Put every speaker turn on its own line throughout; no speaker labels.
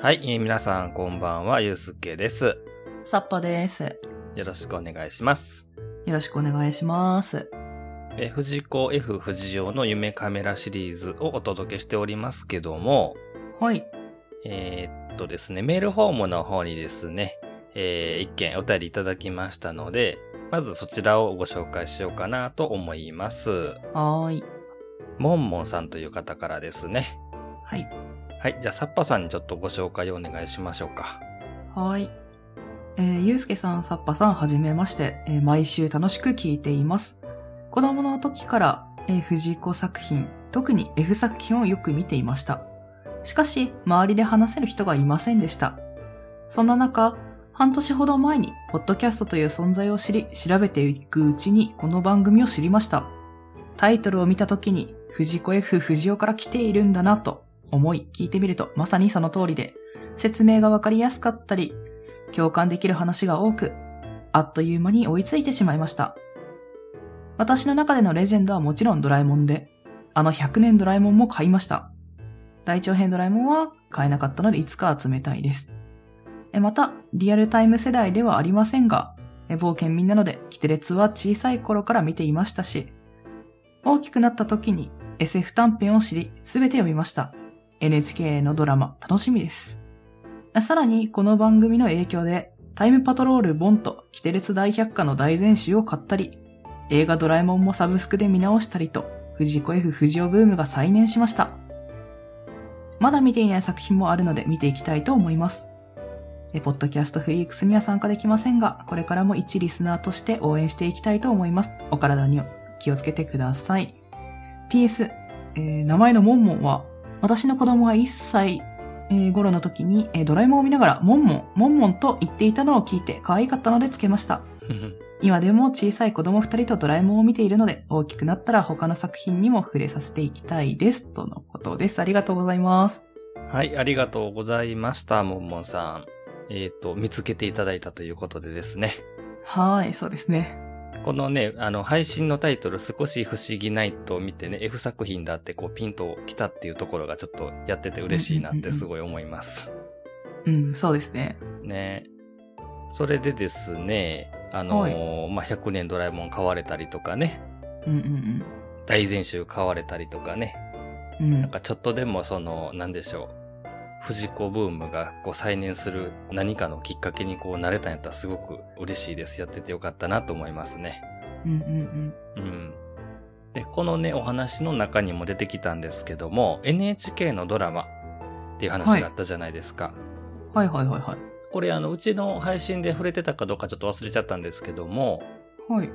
はい、えー皆さんこんばんは、ゆうすけです。
サッパです。よ
よろしくお願いします。
ろしくお願いします。
えー、藤子 F 不二雄の夢カメラシリーズをお届けしておりますけども、
はい。
えーっとですね、メールフォームの方にですね、えー一件お便りいただきましたので、まずそちらをご紹介しようかなと思います。
はーい。
もんもんさんという方からですね。
はい。
はい、じゃあサッパさんにちょっとご紹介をお願いしましょうか。
はーい。えー、ゆうすけさん、サッパさん、はじめまして、えー毎週楽しく聞いています。子供の時から、えー藤子作品、特に F 作品をよく見ていました。しかし、周りで話せる人がいませんでした。そんな中、半年ほど前に、ポッドキャストという存在を知り、調べていくうちに、この番組を知りました。タイトルを見た時に、藤子 F 藤尾から来ているんだなと思い、聞いてみると、まさにその通りで、説明がわかりやすかったり、共感できる話が多く、あっという間に追いついてしまいました。私の中でのレジェンドはもちろんドラえもんで、あの100年ドラえもんも買いました。大長編ドラえもんは買えなかったのでいつか集めたいです。えまた、リアルタイム世代ではありませんが、え冒険みんなので、キテレツは小さい頃から見ていましたし、大きくなった時に SF 短編を知り、すべて読みました。NHK のドラマ、楽しみです。さらに、この番組の影響で、タイムパトロールボンと、キテレツ大百科の大全集を買ったり、映画ドラえもんもサブスクで見直したりと、藤子 F 不二雄ブームが再燃しました。まだ見ていない作品もあるので見ていきたいと思います。えポッドキャストフリークスには参加できませんが、これからも一リスナーとして応援していきたいと思います。お体に気をつけてください。PS、えー名前のモンモンは、私の子供が1歳えー頃の時に、えードラえもんを見ながら、モンモン、モンモンと言っていたのを聞いて可愛かったのでつけました。今でも小さい子供二人とドラえもんを見ているので、大きくなったら他の作品にも触れさせていきたいです。とのことです。ありがとうございます。
はい、ありがとうございました、もんもんさん。えっ、と、見つけていただいたということでですね。
はい、そうですね。
このね、あの、配信のタイトル、少し不思議ないと見てね、F 作品だってこう、ピンと来たっていうところがちょっとやってて嬉しいなってすごい思います。
うん、そうですね。
ね。それでですね、あのーまあ、100年ドラえもん買われたりとかね、
うんうん
大全集買われたりとかね、
うん。う
なん
ん、
かちょっとでもその、なんでしょう。藤子ブームがこう再燃する何かのきっかけにこうなれたんやったらすごく嬉しいです。やっててよかったなと思いますね。
うんうん
うん。で、このね、お話の中にも出てきたんですけども、NHK のドラマっていう話があったじゃないですか。
うん。はいはいはいはい。
これ、あの、うちの配信で触れてたかどうかちょっと忘れちゃったんですけども、
はい。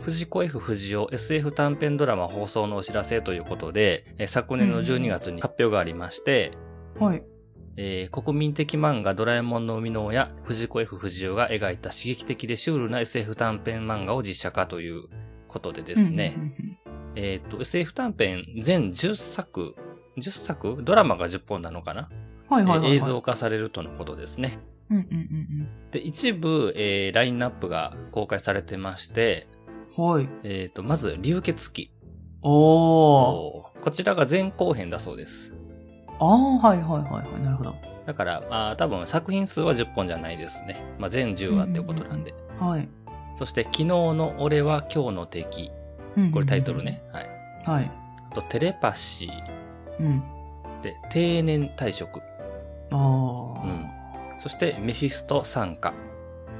藤子 F 不二雄 SF 短編ドラマ放送のお知らせということで、え昨年の12月に発表がありまして、
はい。
えー国民的漫画ドラえもんの生みの親、藤子 F 不二雄が描いた刺激的でシュールな SF 短編漫画を実写化ということでですね、
うんうん
えっ、と、SF 短編全10作、10作ドラマが10本なのかな、
うん。はいはいはい、
えー
はい。
映像。化されるとのことですね。
うんうんうん
で、一部、えーラインナップが公開されてまして、
うん。はい。
えっ、と、まず、流血鬼。
おー。
こちらが前後編だそうです。
あー、はいはいはいはい。なるほど。
だから、まあ、多分作品数は10本じゃないですね。まあ、全10話ってことなんで。
はい。
そして、昨日の俺は今日の敵。
うんうんうん
これタイトル。ね。はい。
はい。
あと、テレパシー。
うん。
で、定年退職。
あー。
うんそして、メフィスト参加。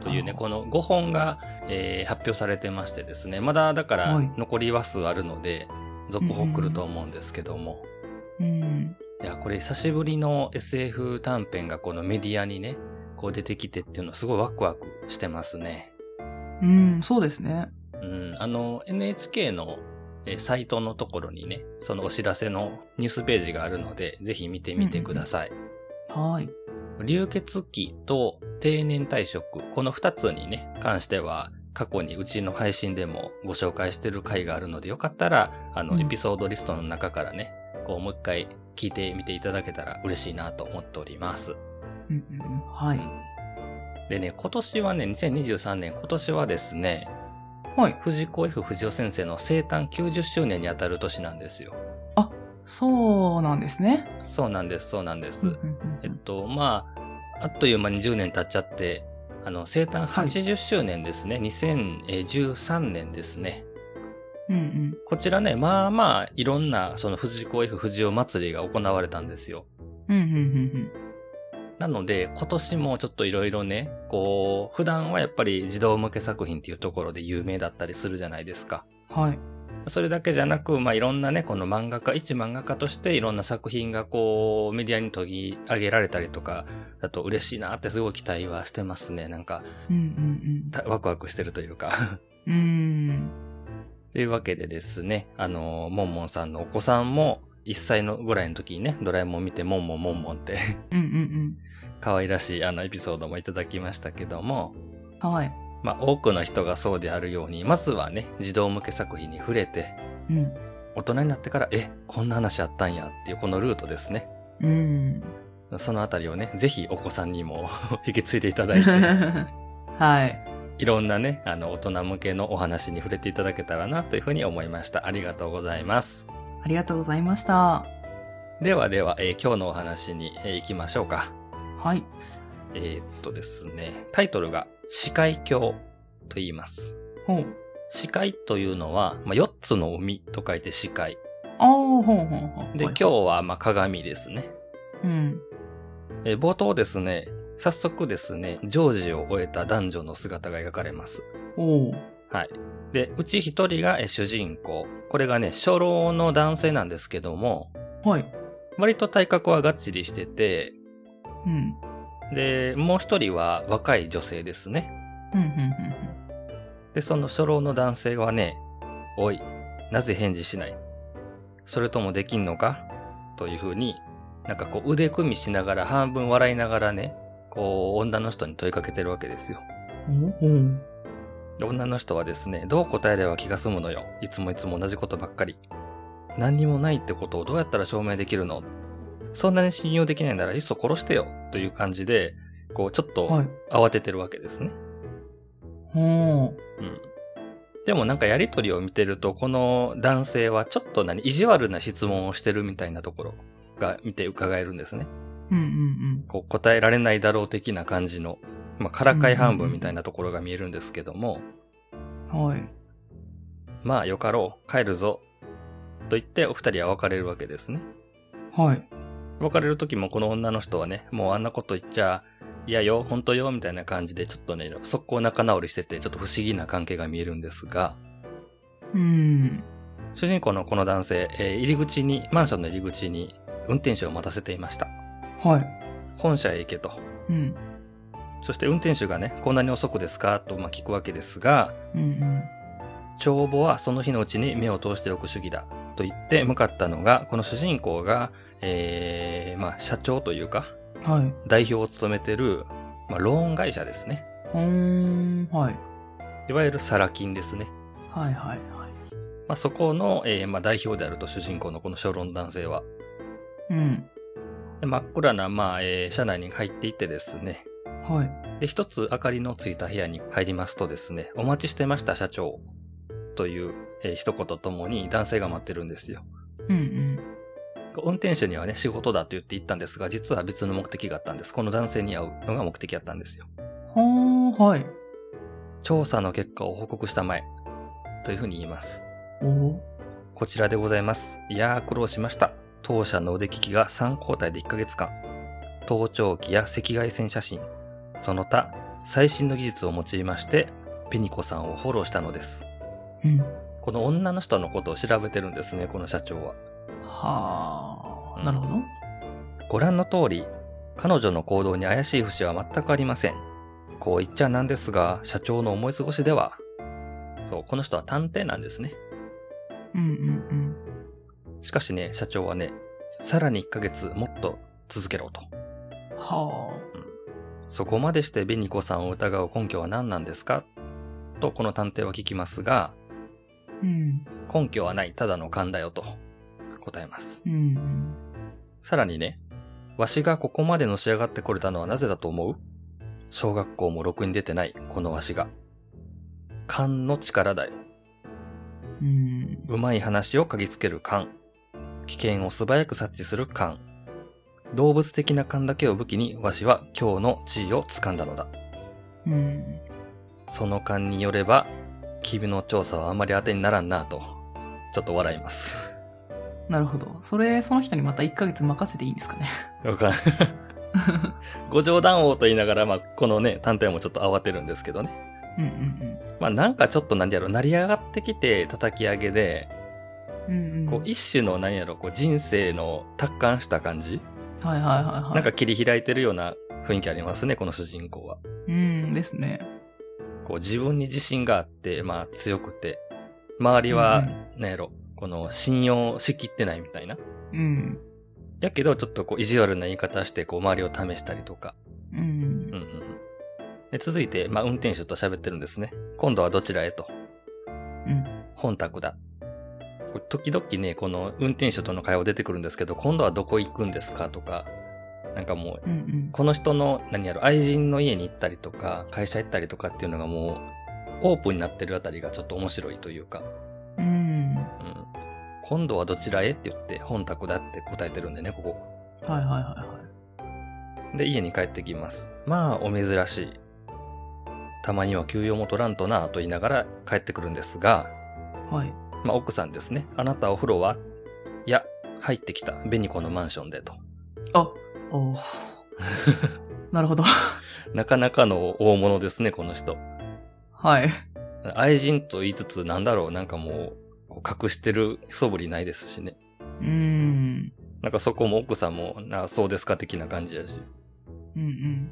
というね、
あー
この5本が、えー発表されてましてですね。まだ、だから
はい、
残り話数あるので、続報来ると思うんですけども。
うん。
いや、これ久しぶりの SF 短編がこのメディアにね、こう出てきてっていうのはすごいワクワクしてますね。
うん、そうですね。
うん、あの、NHK のえーサイトのところにね、そのお知らせのニュースページがあるので、ぜひ見てみてください。
はい。
流血期と定年退職、この2つにね、関しては、過去にうちの配信でもご紹介してる回があるので、よかったら、あ
う
の、
ん
エピソードリストの中からね、こう、もう一回聞いてみていただけたら嬉しいなと思っております。
うんうんうん。はい。
でね、今年はね、2023年、今年はですね、
はい。
藤子 F 不二雄先生の生誕90周年にあたる年なんですよ。
そうなんですね。
そうなんです、そうなんです。
うんうんうん
えっと、まあ、あっという間に10年経っちゃって、あの、生誕
はい
80周年ですね。2013年ですね。
うんうん。
こちらね、まあまあ、いろんな、その藤子 F 不二雄祭りが行われたんですよ。
うんうんうん
なので、今年もちょっといろいろね、こう、普段はやっぱり児童向け作品っていうところで有名だったりするじゃないですか。
うん。はい。
それだけじゃなく、まあ、いろんなね、この漫画家、一漫画家としていろんな作品がこう、メディアに取り上げられたりとか、だと嬉しいなってすごい期待はしてますね。なんか、
うんうん
たワクワクしてるというか。
うん。うーん。
というわけでですね、あの、もんもんさんのお子さんも、1歳のぐらいの時にね、ドラえもん見て、もんもんもんもんって、
うんうん
可愛らしいあのエピソードもいただきましたけども、
うん。はい。
まあ、多くの人がそうであるように、まずはね、児童向け作品に触れて、
うん。
大人になってから、え、こんな話あったんやっていう、このルートですね。
うん。
そのあたりをね、ぜひお子さんにも 引き継いでいただいて、
はい。
いろんなね、あの、大人向けのお話に触れていただけたらなというふうに思いました。ありがとうございます。
ありがとうございました。
ではでは、えー今日のお話に、えー行きましょうか。
はい。
えーっとですね、タイトルが、視界鏡と言います。
ほう。
視界というのは、まあ、4つの海と書いて視界。
ああ、ほうほうほう。
で、今日は、まあ、鏡ですね。
日。うん。
えー冒頭ですね、早速ですね、ジョージを終えた男女の姿が描かれます。
おう。
はい。で、うち一人がえー主人公。これがね、初老の男性なんですけども、
はい。
割と体格はがっちりしてて、
うん。
で、もう一人は若い女性ですね。
うんうんうん
で、その初老の男性はね、おい、なぜ返事しないそれともできんのかというふうに、なんかこう腕組みしながら半分笑いながらね、こう女の人に問いかけてるわけですよ。
うん。おう。
で女の人はですね、どう答えれば気が済むのよ。いつもいつも同じことばっかり。何にもないってことをどうやったら証明できるのそんなに信用できないならいっそ殺してよ。という感じで、こう、ちょっ
は
と
い。
慌ててるわけですね。
ほ
うん。でもなんかやりとりを見てると、この男性はちょっと何、意地悪な質問をしてるみたいなところが見て伺えるんですね。
う。うんうん
こう、答えられないだろう的な感じの、まあ、からかい半分みたいなところが見えるんですけども、
うん。はい。
まあよかろう、帰るぞ。と言ってお二人は別れるわけですね。
はい。
別れる時もこの女の人はね、もうあんなこと言っちゃ嫌よ、本当よ、みたいな感じでちょっとね、速攻仲直りしてて、ちょっと不思議な関係が見えるんですが、
うん。
主人公のこの男性、えー入り口に、マンションの入り口に運転手を待たせていました。
はい。
本社へ行けと。
うん。
そして運転手がね、こんなに遅くですかとまあ聞くわけですが、
うん
帳簿はその日のうちに目を通しておく主義だと言って向かったのが、この主人公が、えー、まあ、社長というか、
うん。はい。
代表を務めてる、まあ、ローン会社ですね。
ほーん。はい。
いわゆるサラ金ですね。
はいはいはい。
まあ、そこの、えー、まあ、代表であると主人公のこの小論男性は。
うん。
で真っ暗な、まあ、えー、社内に入っていってですね。
はい。
で、一つ明かりのついた部屋に入りますとですね、お待ちしてました社長。という、えー一言ともに男性が待ってるんですよ。
うんうん。
運転手にはね、仕事だと言って行ったんですが、実は別の目的があったんです。この男性に会うのが目的だったんですよ。
ほー、はい。
調査の結果を報告したまえ。というふうに言います。
おお。
こちらでございます。いやー苦労しました。当社の腕利きが3交代で1ヶ月間。盗聴器や赤外線写真、その他、最新の技術を用いまして、ペニコさんをフォローしたのです。
うん。
この女の人のことを調べてるんですね、この社長は。
はあ。なるほど。
ご覧の通り、彼女の行動に怪しい節は全くありません。こう言っちゃなんですが、社長の思い過ごしでは。そう、この人は探偵なんですね。
うんうん
しかしね、社長はね、さらに1ヶ月もっと続けろと。
うん。は
そこまでして紅子さんを疑う根拠は何なんですかとこの探偵は聞きますが、
あ。うん。
根拠はない、ただの勘だよと答えます。
うんうん。
さらにね、わしがここまでのし上がってこれたのはなぜだと思う小学校もろくに出てない、このわしが。勘の力だよ。
うん。
うまい話を嗅ぎつける勘。危険を素早く察知する勘。動物的な勘だけを武器にわしは今日の地位を掴んだのだ。
うん。
その勘によれば、君の調査はあまり当てにならんなと、ちょっと笑います。
なるほど。それ、その人にまた1ヶ月任せていいんですかね。
わかんご冗談をと言いながら、まあ、このね、探偵もちょっと慌てるんですけどね。
うんうん
まあ、なんかちょっと何やろ、成り上がってきて叩き上げで、
うん。うんうん、
こう、一種の何やろ、こう、人生の達観した感じ、
はいはいはいはい。
なんか、切り開いてるような雰囲気ありますね、この主人公は。
うんですね。
こう、自分に自信があって、まあ、強くて、周りは、何やろ、この、信用しきってないみたいな。
うん。
やけど、ちょっとこう、意地悪な言い方して、こう、周りを試したりとか。
うん。うん
うんうんうん。で、続いて、まあ、運転手と喋ってるんですね。今度はどちらへと。
うん。
本宅だ。これ時々ね、この運転手との会話出てくるんですけど、今度はどこ行くんですかとか、なんかもう、
うんうん。
この人の、何やろ、愛人の家に行ったりとか、会社行ったりとかっていうのがもう、オープンになってるあたりがちょっと面白いというか、
うん。は
うん。今度はどちらへって言って、本宅だって答えてるんでね、ここ。
いはいは
で、家に帰ってきます。まあ、お珍しい。たまには休養も取らんとなぁと言いながら帰ってくるんですが、
いはい。はい。
まあ、奥さんですね。あなたお風呂はいや、入ってきた。ベニコのマンションでと。
あ、おー なるほど。
なかなかの大物ですね、この人。
はい。
愛人と言いつつ、なんだろう、なんかもう、こう隠してる素振りないですしね。
うん。
なんかそこも奥さんも、な、そうですか的な感じやし。
うんうん。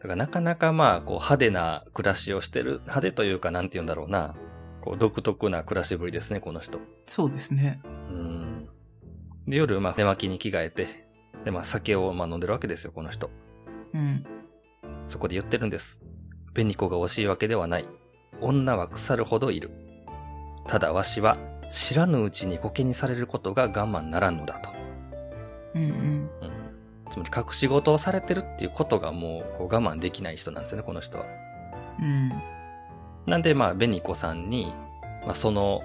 だからなかなかまあ、こう派手な暮らしをしてる、派手というかなんて言うんだろうな。こう独特な暮らしぶりですね、この人。
そうですね。
うん。で、夜、まあ、寝巻きに着替えて、で、まあ、酒を、まあ、飲んでるわけですよ、この人。
うん。
そこで言ってるんです。紅子が惜しいわけではない。女は腐るほどいる。ただ、わしは、知らぬうちに苔にされることが我慢ならんのだと。
うんうん。
うん。つまり、隠し事をされてるっていうことがもう、こう、我慢できない人なんですよね、この人は。
うん。
なんで、まあ、紅子さんに、まあ、その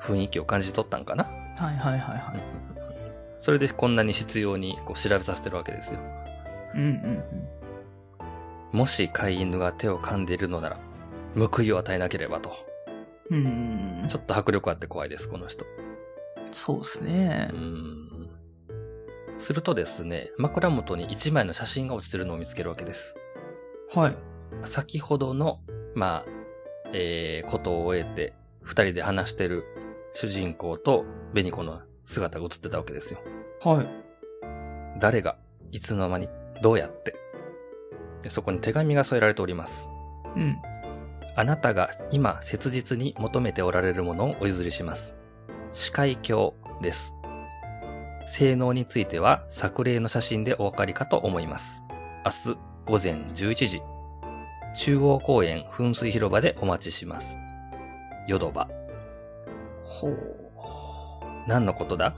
雰囲気を感じ取ったんかな。
はいはいはいは
うん
い。
それでこんなに執拗にこう調べさせてるわけですよ。
うんうん
もし飼い犬が手を噛んでいるのなら、報いを与えなければと。
うん。うんうん。
ちょっと迫力あって怖いです、この人。
そうです
う
ね
ー。ん。するとですね、枕元に一枚の写真が落ちてるのを見つけるわけです。
はい。
先ほどの、まあ、えー、ことを終えて、二人で話してる主人公と紅子の姿が写ってたわけですよ。
はい。
誰が、いつの間に、どうやって。そこに手紙が添えられております。
うん。
あなたが今切実に求めておられるものをお譲りします。司会教です。性能については作例の写真でお分かりかと思います。明日午前11時、中央公園噴水広場でお待ちします。ヨドバ。
ほう。
何のことだ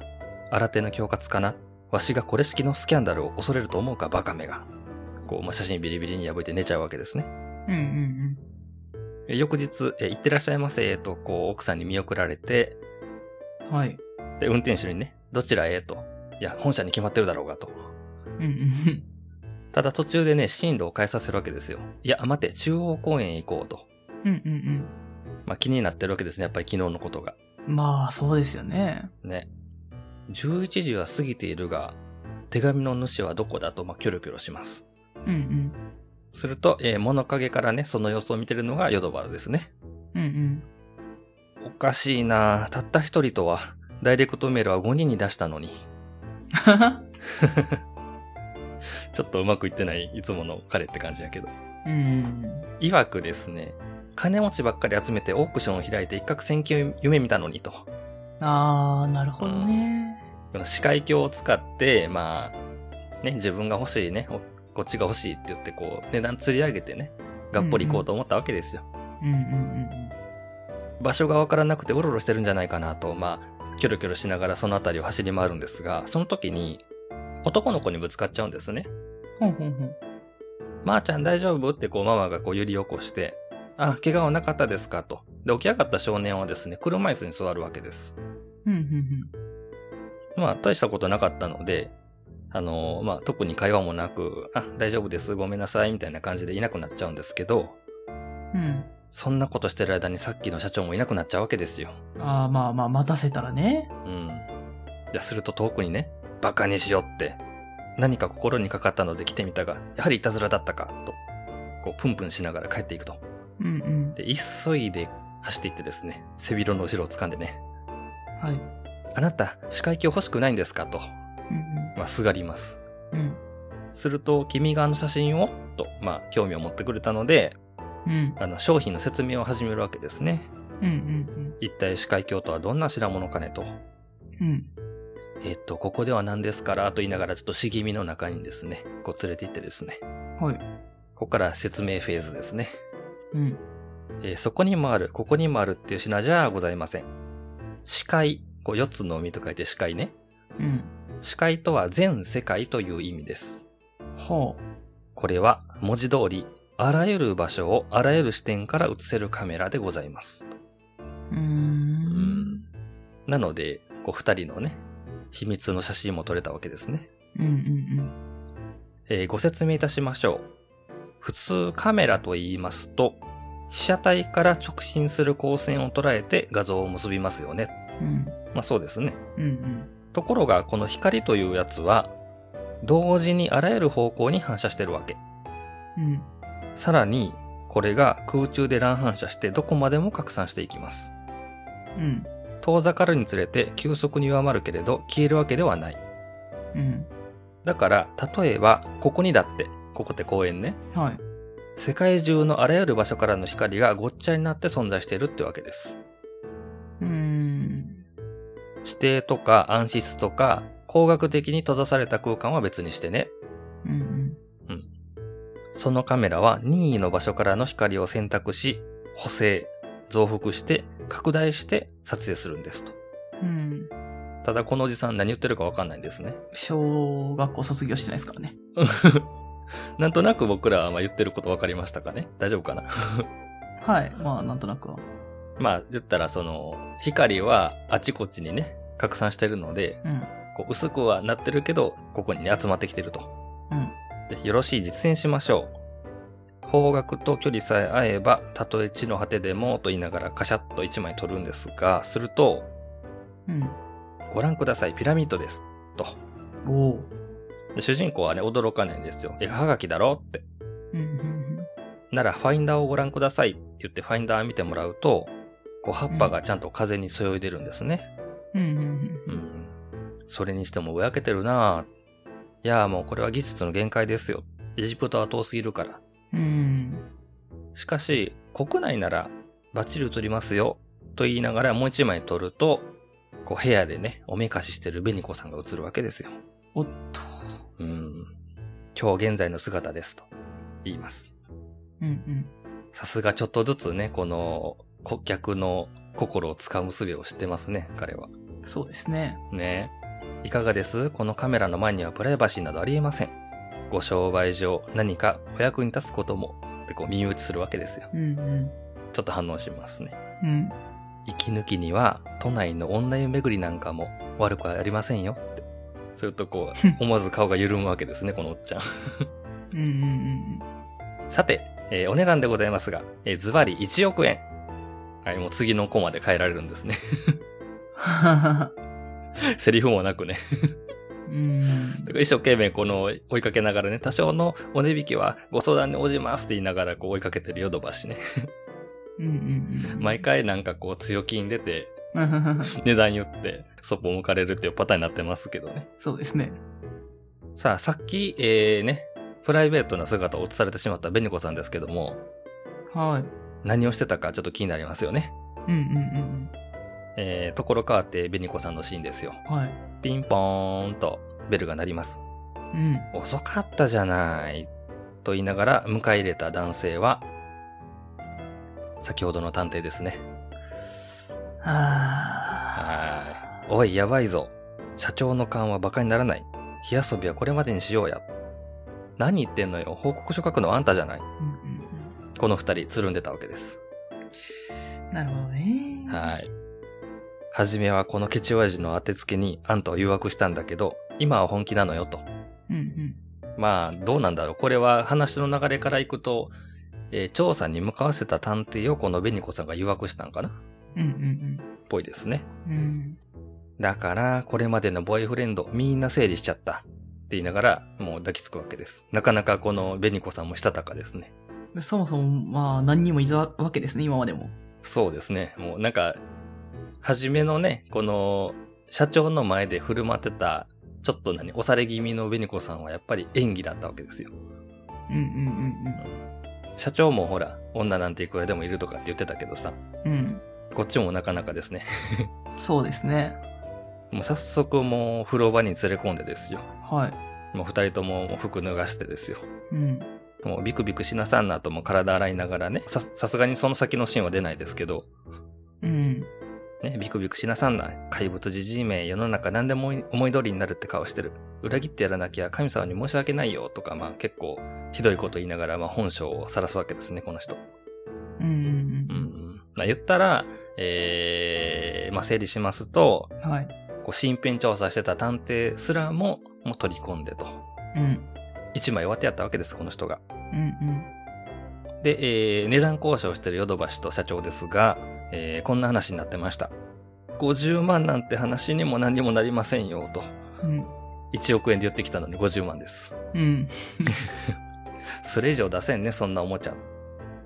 新手の恐喝かなわしがこれ式のスキャンダルを恐れると思うかバカめが。こう、まあ、写真ビリビリに破いて寝ちゃうわけですね。
うんうん
え翌日、え行ってらっしゃいませ、と、こう、奥さんに見送られて、
うん。はい。
で、運転手にね、どちらへと。いや、本社に決まってるだろうがと。
うんうん
ただ途中でね、進路を変えさせるわけですよ。いや、待て、中央公園へ行こうと。
うん。うんうん
まあ、気になってるわけですね、やっぱり昨日のことが。
うん。まあ、そうですよね。
ね。11時は過ぎているが、手紙の主はどこだと、まあ、キョロキョロします。
うん
すると、えー物陰からね、その様子を見てるのがヨドバですね。
うん。うん
おかしいなあたった一人とは、ダイレクトメールは5人に出したのに。 ちょっとうまくいってない、いつもの彼って感じやけど。
うん。うん。
曰くですね、金持ちばっかり集めてオークションを開いて一攫千金を夢見たのにと。
あー、なるほどね。
この視界鏡を使って、まあ、ね、自分が欲しいね、おこっちが欲しいって言ってこう、値段釣り上げてね、がっぽり行こうと思ったわけですよ。
うんうんうん
場所がわからなくてうろうろしてるんじゃないかなと、まあ、キョロキョロしながらその辺りを走り回るんですが、その時に、男の子にぶつかっちゃうんですね。
うん。ほうほうほう。
まー、ちゃん大丈夫ってこうママがこう揺り起こして、あ、怪我はなかったですかと。で、起き上がった少年はですね、車椅子に座るわけです。
うんうん
まあ、大したことなかったので、あの、まあ、特に会話もなく、あ、大丈夫です、ごめんなさい、みたいな感じでいなくなっちゃうんですけど、
うん。
そんなことしてる間にさっきの社長もいなくなっちゃうわけですよ。
ああ、まあまあ、待たせたらね。
うん。じゃすると遠くにね、バカにしよって、何か心にかかったので来てみたが、やはりいたずらだったか、と、こう、プンプンしながら帰っていくと。
うんうん。
で、急いで走っていってですね、背広の後ろを掴んでね、
はい。
あなた、視界鏡欲しくないんですかと、
うん
まあ、すがります。
うん。
すると、君があの写真をと、まあ、興味を持ってくれたので、
うん。
あの、商品の説明を始めるわけですね。
うんうん
一体視界鏡とはどんな品物かねと。
うん。うん。
えっと、ここでは何ですから、と言いながら、ちょっと茂みの中にですね、こう連れて行ってですね。
はい。
ここから説明フェーズですね。
うん。
えーそこにもある、ここにもあるっていう品じゃございません。視界、こう四つの海と書いて視界ね。
うん。
視界とは全世界という意味です。
は
これは文字通り、あらゆる場所をあらゆる視点から映せるカメラでございます。
あ。うーん。
なので、こう二人のね、秘密の写真も撮れたわけですね。
うんうん
えーご説明いたしましょう。普通カメラと言いますと、被写体から直進する光線を捉えて画像を結びますよね。
うん。うん。
まあそうですね。
うんうん。
ところが、この光というやつは、同時にあらゆる方向に反射してるわけ。
うん。
さらに、これが空中で乱反射してどこまでも拡散していきます。
うん。
遠ざかるにつれて急速に弱まるけれど消えるわけではない。
うん。
だから、例えば、ここにだって、ここって公園ね。
はい。
世界中のあらゆる場所からの光がごっちゃになって存在しているってわけです。
うーん。
地底とか暗室とか、工学的に閉ざされた空間は別にしてね。
うんうん。
そのカメラは任意の場所からの光を選択し、補正、増幅して、拡大して撮影するんですと。
うん。
ただこのおじさん何言ってるかわかんないんですね。
小学校卒業してないですからね。
なんとなく僕らはまあ言ってることわかりましたかね大丈夫かな
はい。まあ、なんとなくは。
まあ言ったらその、光はあちこちにね、拡散してるので、
うん。
こう薄くはなってるけど、ここにね、集まってきてると。
うん。
でよろしい実践しましょう。方角と距離さえ合えば、たとえ地の果てでもと言いながらカシャッと一枚取るんですが、すると、
うん。
ご覧ください、ピラミッドです。と。
おお。
で主人公はね、驚かないんですよ。絵はがきだろって。
うんうん
なら、ファインダーをご覧くださいって言って、ファインダー見てもらうと、こう、葉っぱがちゃんと風にそよいでるんですね。
うん。うんうん
うん。それにしてもぼやけてるなぁ。いやあもうこれは技術の限界ですよ。エジプトは遠すぎるから。
うん。うん。
しかし、国内ならバッチリ映りますよ。と言いながらもう一枚撮ると、こう部屋でね、おめかししてる紅子さんが映るわけですよ。
おっと。
うん。今日現在の姿ですと言います。
うんうん。
さすがちょっとずつね、この顧客の心をつかむ術を知ってますね、彼は。
そうですね。
ねえ。いかがですこのカメラの前にはプライバシーなどありえません。ご商売上何かお役に立つことも、ってこう身打ちするわけですよ。
うんうん。
ちょっと反応しますね。
うん。
息抜きには都内の女湯巡りなんかも悪くはありませんよって。するとこう、思わず顔が緩むわけですね、このおっちゃん。
うんうんうん
さて、えーお値段でございますが、えーズバリ1億円。はい、もう次のコマで変えられるんですね。
う
セリフもなくね。
ん。
だから一生懸命この追いかけながらね、多少のお値引きはご相談に応じますって言いながらこう追いかけてるヨドバシね。
うんうんうん。
毎回なんかこう強気に出て、
回。
値段言って、そっぽ向かれるっていうパターンになってますけどね。
そうですね。
さあ、さっき、えー、ね、プライベートな姿を映されてしまったベニコさんですけども、
はい。
何をしてたかちょっと気になりますよね。
うんうん
えー、ところ変わってベニコさんのシーンですよ。
うん。はい。
ピンポーンとベルが鳴ります。
うん。
遅かったじゃない。と言いながら迎え入れた男性は、先ほどの探偵ですね。
あ
おい、やばいぞ。社長の勘は馬鹿にならない。火遊びはこれまでにしようや。何言ってんのよ。報告書書くのはあんたじゃない。
ー。うんうん
この二人つるんでたわけです。
うん。なるほどね。
はい。はじめはこのケチ親父の当てつけにあんたを誘惑したんだけど、今は本気なのよと。まあ、どうなんだろう。これは話の流れからいくと、えー調査に向かわせた探偵をこの紅子さんが誘惑したんかな
うんうん
っぽいですね。
うん。うん。
だから、これまでのボーイフレンド、みんな整理しちゃった。って言いながら、もう抱きつくわけです。なかなかこの紅子さんもしたたかですね。
でそもそも、まあ、何人もいたわけですね、今までも。
そうですね。もうなんか、初めのね、この、社長の前で振る舞ってた、ちょっと何、押され気味の紅子さんはやっぱり演技だったわけですよ。
うんうん
社長もほら、女なんていくらでもいるとかって言ってたけどさ、
うんうん。うん。
こっちもなかなかですね。
そうですね。
もう早速もう風呂場に連れ込んでですよ。
は
もう二人とも服脱がしてですよ。
い。うん。
もうビクビクしなさんなとも体洗いながらね、さ、さすがにその先のシーンは出ないですけど、
うん。
ね、ビクビクしなさんな。怪物じじいめ、世の中何でも思い思い通りになるって顔してる。裏切ってやらなきゃ神様に申し訳ないよとか、まあ結構ひどいこと言いながら、まあ本性を晒すわけですね、この人。
うんう
う
ん
んうん。まあ言ったら、えー、まあ整理しますと、
うん。はい。
こう身辺調査してた探偵すらも、もう取り込んでと。
うん。
一枚割ってやったわけです、この人が。
うん
で、えー値段交渉してるヨドバシと社長ですが、えーこんな話になってました。50万なんて話にも何にもなりませんよ、と。
うん。うん。
1億円で言ってきたのに50万です。
うん。
それ以上出せんね、そんなおもちゃ。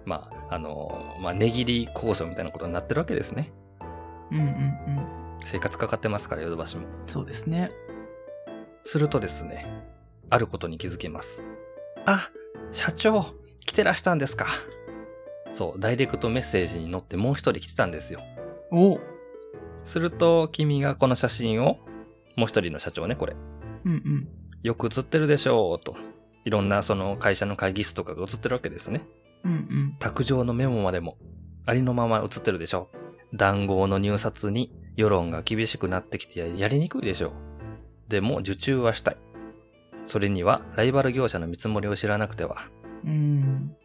まあ、あのーまあ、値切り交渉みたいなことになってるわけですね。
うんうんうん。
生活かかってますから、ヨドバシも。
そうですね。
するとですね、あることに気づきます。あ、社長、来てらしたんですか。そう、ダイレクトメッセージに載ってもう一人来てたんですよ。
お
すると、君がこの写真を、もう一人の社長ね、これ。
うんうん。
よく写ってるでしょう、と。いろんなその会社の会議室とかが写ってるわけですね。
うん
卓上のメモまでも、ありのまま写ってるでしょう。談合の入札に世論が厳しくなってきてややりにくいでしょう。でも受注はしたい。それにはライバル業者の見積もりを知らなくては。
うん。うん。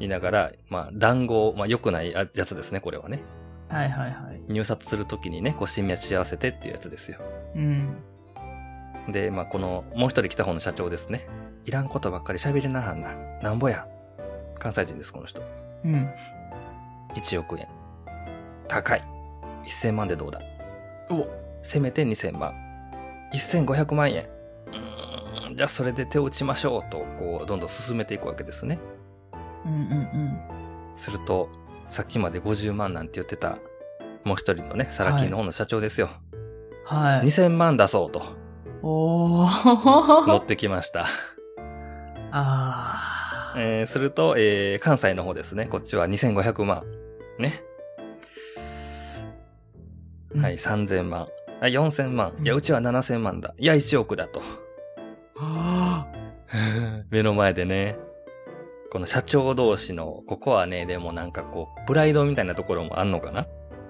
言いながら、まあ談合、まあ良くないあやつですね、これはね。
はいはいはい。
入札するときにね、こう示し合わせてっていうやつですよ。
うん。
で、まあ、この、もう一人来た方の社長ですね。いらんことばっかり喋れなはんな。なんぼや。関西人です、この人。
うん。
1億円。高い。1000万でどうだ
お
せめて2000万。1500万円。うーん、じゃあそれで手を打ちましょうと、こう、どんどん進めていくわけですね。
うんうん
すると、さっきまで50万なんて言ってた、もう一人のね、サラ金の方の社長ですよ。
うん。はい。
2000万出そうと、
お
乗
ー。
ってきました。
あー。
えーすると、えー関西の方ですね。こっちは2500万。ね。
うん
はい、3000万。あ4000万。いや、
うん
うちは7000万だ。いや、1億だと。
あー
目の前でね。この社長同士の、ここはね、でもなんかこう、プライドみたいなところもあんのかな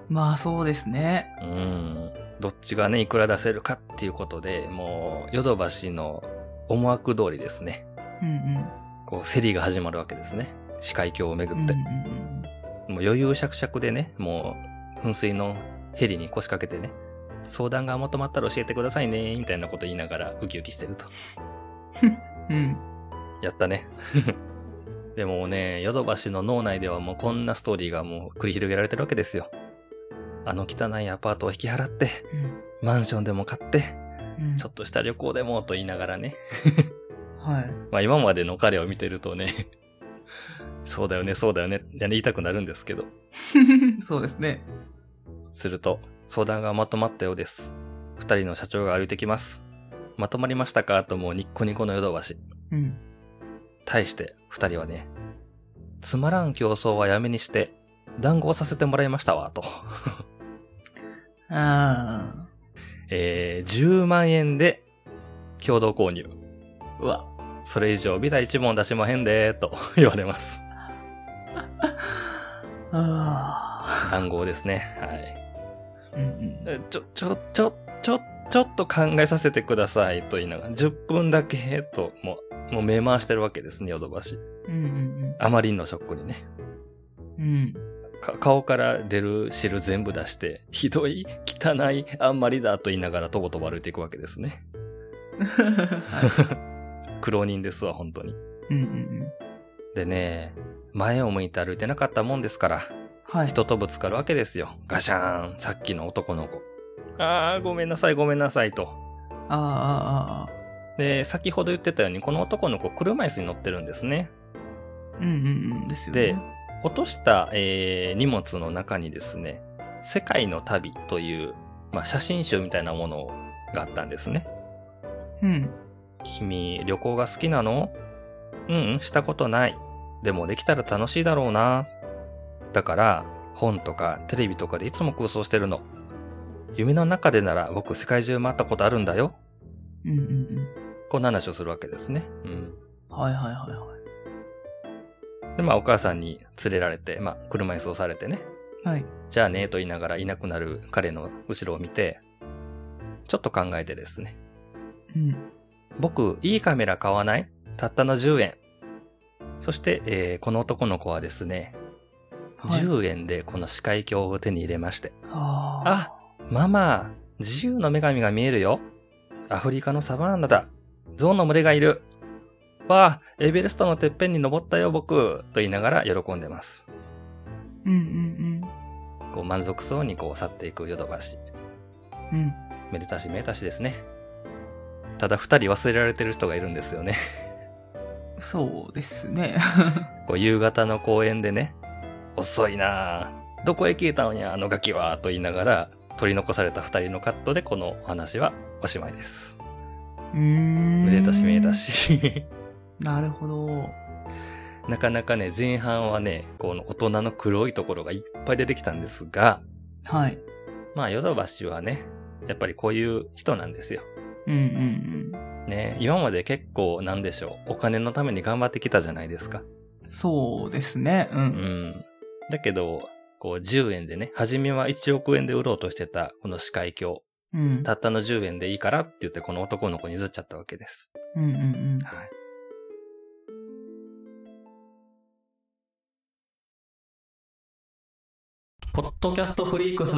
まあそうですね。
うん。どっちがね、いくら出せるかっていうことで、もう、ヨドバシの思惑通りですね。
うんうん。
こう、競りが始まるわけですね。司会卿をめぐ
うん
っ
うん
て。
うん
もう余裕しゃくしゃくでね、もう噴水のヘリに腰掛けてね、相談がまとまったら教えてくださいね、みたいなこと言いながらウキウキしてると。
うん。
やったね。 でもね、ヨドバシの脳内ではもうこんなストーリーがもう繰り広げられてるわけですよ。あの汚いアパートを引き払って、マンションでも買って、
うん。うん。
ちょっとした旅行でもと言いながらね。
はい。
まあ今までの彼を見てるとね、 そうだよね、そうだよね、いや言いたくなるんですけど。
そうですね。
すると、相談がまとまったようです。二人の社長が歩いてきます。まとまりましたかともうニッコニコのヨドバシ。
うん。
対して、二人はね、つまらん競争はやめにして、談合させてもらいましたわ、と。
あ
えー、10万円で、共同購入。
ー。うわ。
それ以上、ビタ一問出しまへんで、と言われます。
あ
談合ですね。はい。
ー。うんうん。
えちょ、ちょ、ちょ、ちょ、ちょっと考えさせてください、と言いながら、10分だけ、と、もう、もう目回してるわけですね、ヨドバシ。
うんうん
あまりのショックにね。
うん。うん。
か顔から出る汁全部出して、ひどい、汚い、あんまりだと言いながらとぼとぼ歩いていくわけですね。苦労人ですわ、本当に。
うんうんうん。
でね、前を向いて歩いてなかったもんですから、
はい。
人とぶつかるわけですよ。ガシャーン、さっきの男の子。あー、ごめんなさい、ごめんなさいと。
ああ、ああ、あ
で、先ほど言ってたように、この男の子、車椅子に乗ってるんですね。
あ。うんうんうん。ですよね。
で、落とした、えー荷物の中にですね、世界の旅という、まあ、写真集みたいなものがあったんですね。
うん。
君、旅行が好きなのうんうん、したことない。でもできたら楽しいだろうな。だから、本とかテレビとかでいつも空想してるの。夢の中でなら僕世界中回ったことあるんだよ。
うんうんうん。
こんな話をするわけですね。うん。
はいはいはいは
で、まあお母さんに連れられて、まあ車椅子をされてね。
い。はい。
じゃあね、と言いながらいなくなる彼の後ろを見て、ちょっと考えてですね。
うん。
僕、いいカメラ買わないたったの10円。そして、えーこの男の子はですね、
はい、
10円でこの視界鏡を手に入れまして、
ああ。
あ、ママ、自由の女神が見えるよ。アフリカのサバンナだ。象の群れがいる。わあ、エベレストのてっぺんに登ったよ、僕。と言いながら喜んでます。
うんうん
こう満足そうにこう去っていくヨドバシ。
うん。うん。
めでたしめでたしですね。ただ二人忘れられてる人がいるんですよね。
そうですね。
こう夕方の公園でね、遅いなあどこへ消えたのにゃ、あのガキは、と言いながら、取り残された二人のカットでこのお話はおしまいです。
うーん。
めでたしめでた。し。
なるほど。
なかなかね、前半はね、この大人の黒いところがいっぱい出てきたんですが、
はい。
まあ、ヨドバシはね、やっぱりこういう人なんですよ。
うんうんうん。
ね、今まで結構なんでしょう、お金のために頑張ってきたじゃないですか。
そうですね。う。
うんん。だけど、こう10円でね、初めは1億円で売ろうとしてたこの視界鏡、
うん。
たったの10円でいいからって言ってこの男の子に譲っちゃったわけです。
うんうんうん。
はい。ポッドキャストフリークス。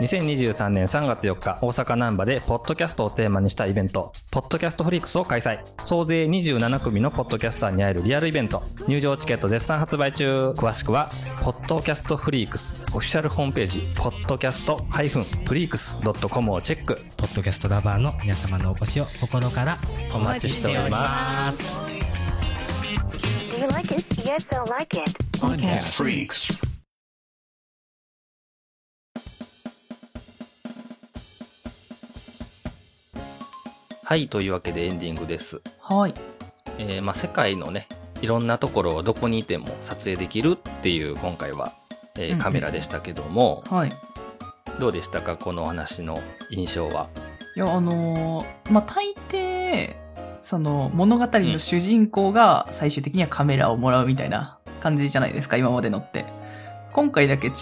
2023年3月4日、大阪難波で、ポッドキャストをテーマにしたイベント、ポッドキャストフリークスを開催。総勢27組のポッドキャスターに会えるリアルイベント。入場チケット絶賛発売中。詳しくは、ポッドキャストフリークス、オフィシャルホームページ、podcast-freaks.com をチェック。
ポッドキャストラバーの皆様のお越しを心から
お待ちしております。
Do you like it? Yes, I like it.
Podcast Freaks.
はい、というわけでエンディングです。
はい。
えーまあ、世界のね、いろんなところをどこにいても撮影できるっていう今回は、えー
うんうん
カメラでしたけども、
はい。
どうでしたかこのお話の印象は。
いや、あのーまあ、大抵、その、物語の主人公が最終的にはカメラをもらうみたいな感じじゃないですか、今までのって。今回だけ違っ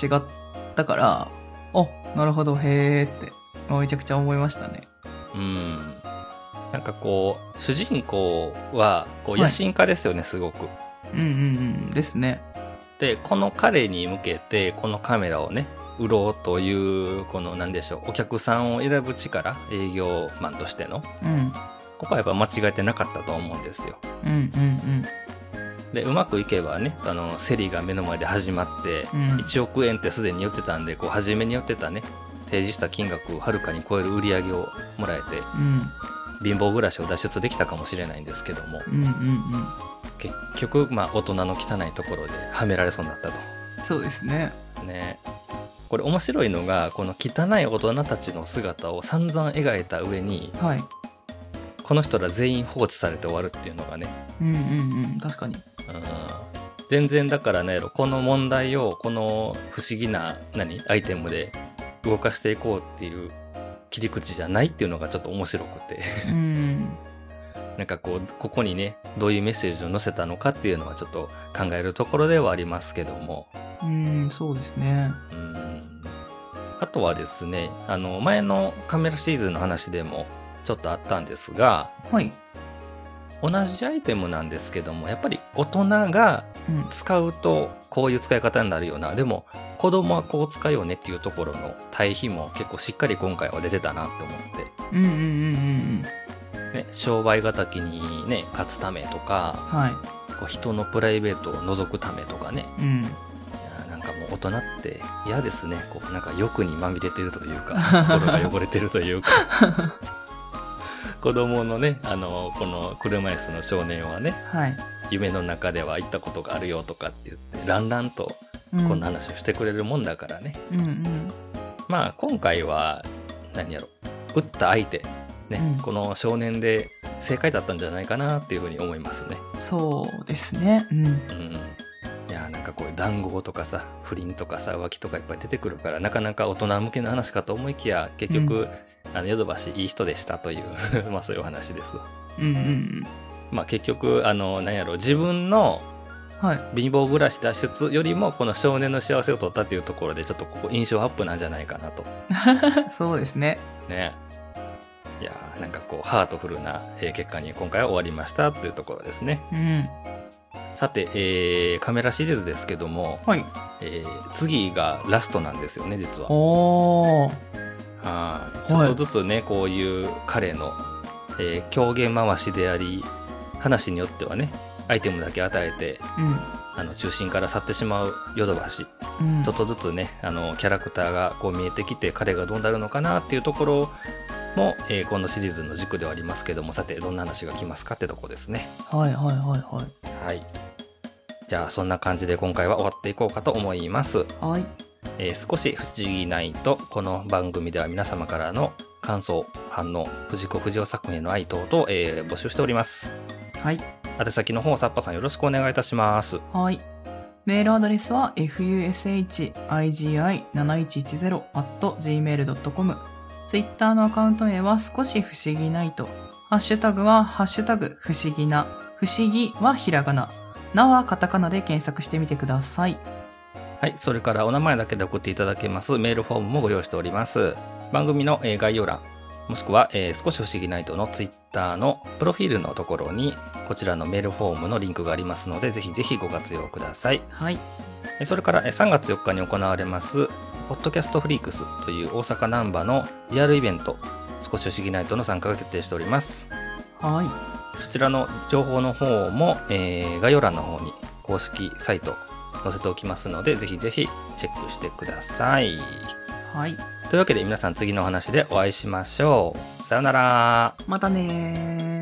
たから、あ、なるほど、へーって、まあめちゃくちゃ思いましたね。
うん。なんかこう、主人公はこう
はい
野心家ですよね、すごく。
うんうんうん、ですね。
で、この彼に向けて、このカメラをね、売ろうという、このなんでしょう、お客さんを選ぶ力、営業マンとしての、
うん、
ここはやっぱ間違えてなかったと思うんですよ。
うん
でうまくいけばねあのセリが目の前で始まって、
うんうん。うん、
1億円ってすでに言ってたんでこう初めに言ってたね提示した金額をはるかに超える売り上げをもらえて
うん、
貧乏暮らしを脱出できたかもしれないんですけども
うんうん
結局、まあ、大人の汚いところではめられそうになった
うん。そうですね。
とねこれ面白いのがこの汚い大人たちの姿を散々描いた上に
はい。
この人ら全員放置されて終わるっていうのがね
うんうんうん、確かに。
うん全然だからねこの問題をこの不思議な何アイテムで動かしていこうっていう切り口じゃないっていうのがちょっと面白くて
うん、
なんかこうここにねどういうメッセージを載せたのかっていうのはちょっと考えるところではありますけども
うん、そうですね。
うんあとはですねあの前のカメラシリーズンの話でもちょっとあったんですが
はい。
同じアイテムなんですけどもやっぱり大人が
うん、
使うとこういう使い方になるようなでも子供はこう使うよねっていうところの対比も結構しっかり今回は出てたなって思っ
うんうんうんうんうん。
てね、商売敵にね、勝つためとか、
はい。
こう人のプライベートを覗くためとかね、
うん。
いやなんかもう大人って嫌ですね。こう、なんか欲にまみれてるというか、心が汚れてるというか。 子供のね、あの、この車椅子の少年はね、
はい。
夢の中では行ったことがあるよとかって言って、ランランと
うん、
こんな話をしてくれるもんだからね。
うんうん。
まあ今回は何やろ打った相手ね、
うん
この少年で正解だったんじゃないかなっていうふうに思いますね。
そうですね。うん。
うん、いやーなんかこういう談合とかさ不倫とかさ浮気とかいっぱい出てくるからなかなか大人向けの話かと思いきや結局、あのヨドバシいい人でしたという まあそういうお話です。
うんうん
まあ結局あの何やろ自分の
うん。はい。
貧乏暮らし脱出よりもこの少年の幸せを取ったっていうところでちょっとここ印象アップなんじゃないかなと
そうですね。
ねいやーなんかこうハートフルなえー結果に今回は終わりましたというところですね
うん。
さて、えーカメラシリーズですけども、
はい。
えー次がラストなんですよね実は
おー。
はいちょ
はい
っとずつねこういう彼の、えー狂言回しであり話によってはねアイテムだけ与えてあの中心から去ってしまうヨドバシ
うん。うん。
ちょっとずつねあのキャラクターがこう見えてきて彼がどうなるのかなっていうところも、えーこのシリーズの軸ではありますけどもさてどんな話が来ますかってとこですね
はいはいはいはい。
はいじゃあそんな感じで今回は終わっていこうかと思います、
はい。
えー少し不思議ないとこの番組では皆様からの感想反応藤子不二雄作品への愛等々、えー募集しております
はい。
宛先の方さっぱさんよろしくお願いいたします
はい。メールアドレスは fushigi7110.gmail.com。ツイッターのアカウント名は少し不思議ないと。ハッシュタグはハッシュタグ不思議な。不思議はひらがな。なはカタカナで検索してみてください。
はい、それからお名前だけで送っていただけますメールフォームもご用意しております。番組のえー概要欄、もしくは、えー少し不思議ナイトのツイッターのプロフィールのところに、こちらのメールフォームのリンクがありますので、ぜひぜひご活用ください。
はい。
えーそれから、えー3月4日に行われます、ポッドキャストフリークスという大阪難波のリアルイベント、少し不思議ナイトの参加が決定しております。
は
そちらの情報の方も、えー概要欄の方に公式サイト載せておきますので、ぜひぜひチェックしてください。
い。はい。
というわけで皆さん次のお話でお会いしましょう。さようなら。
またねー。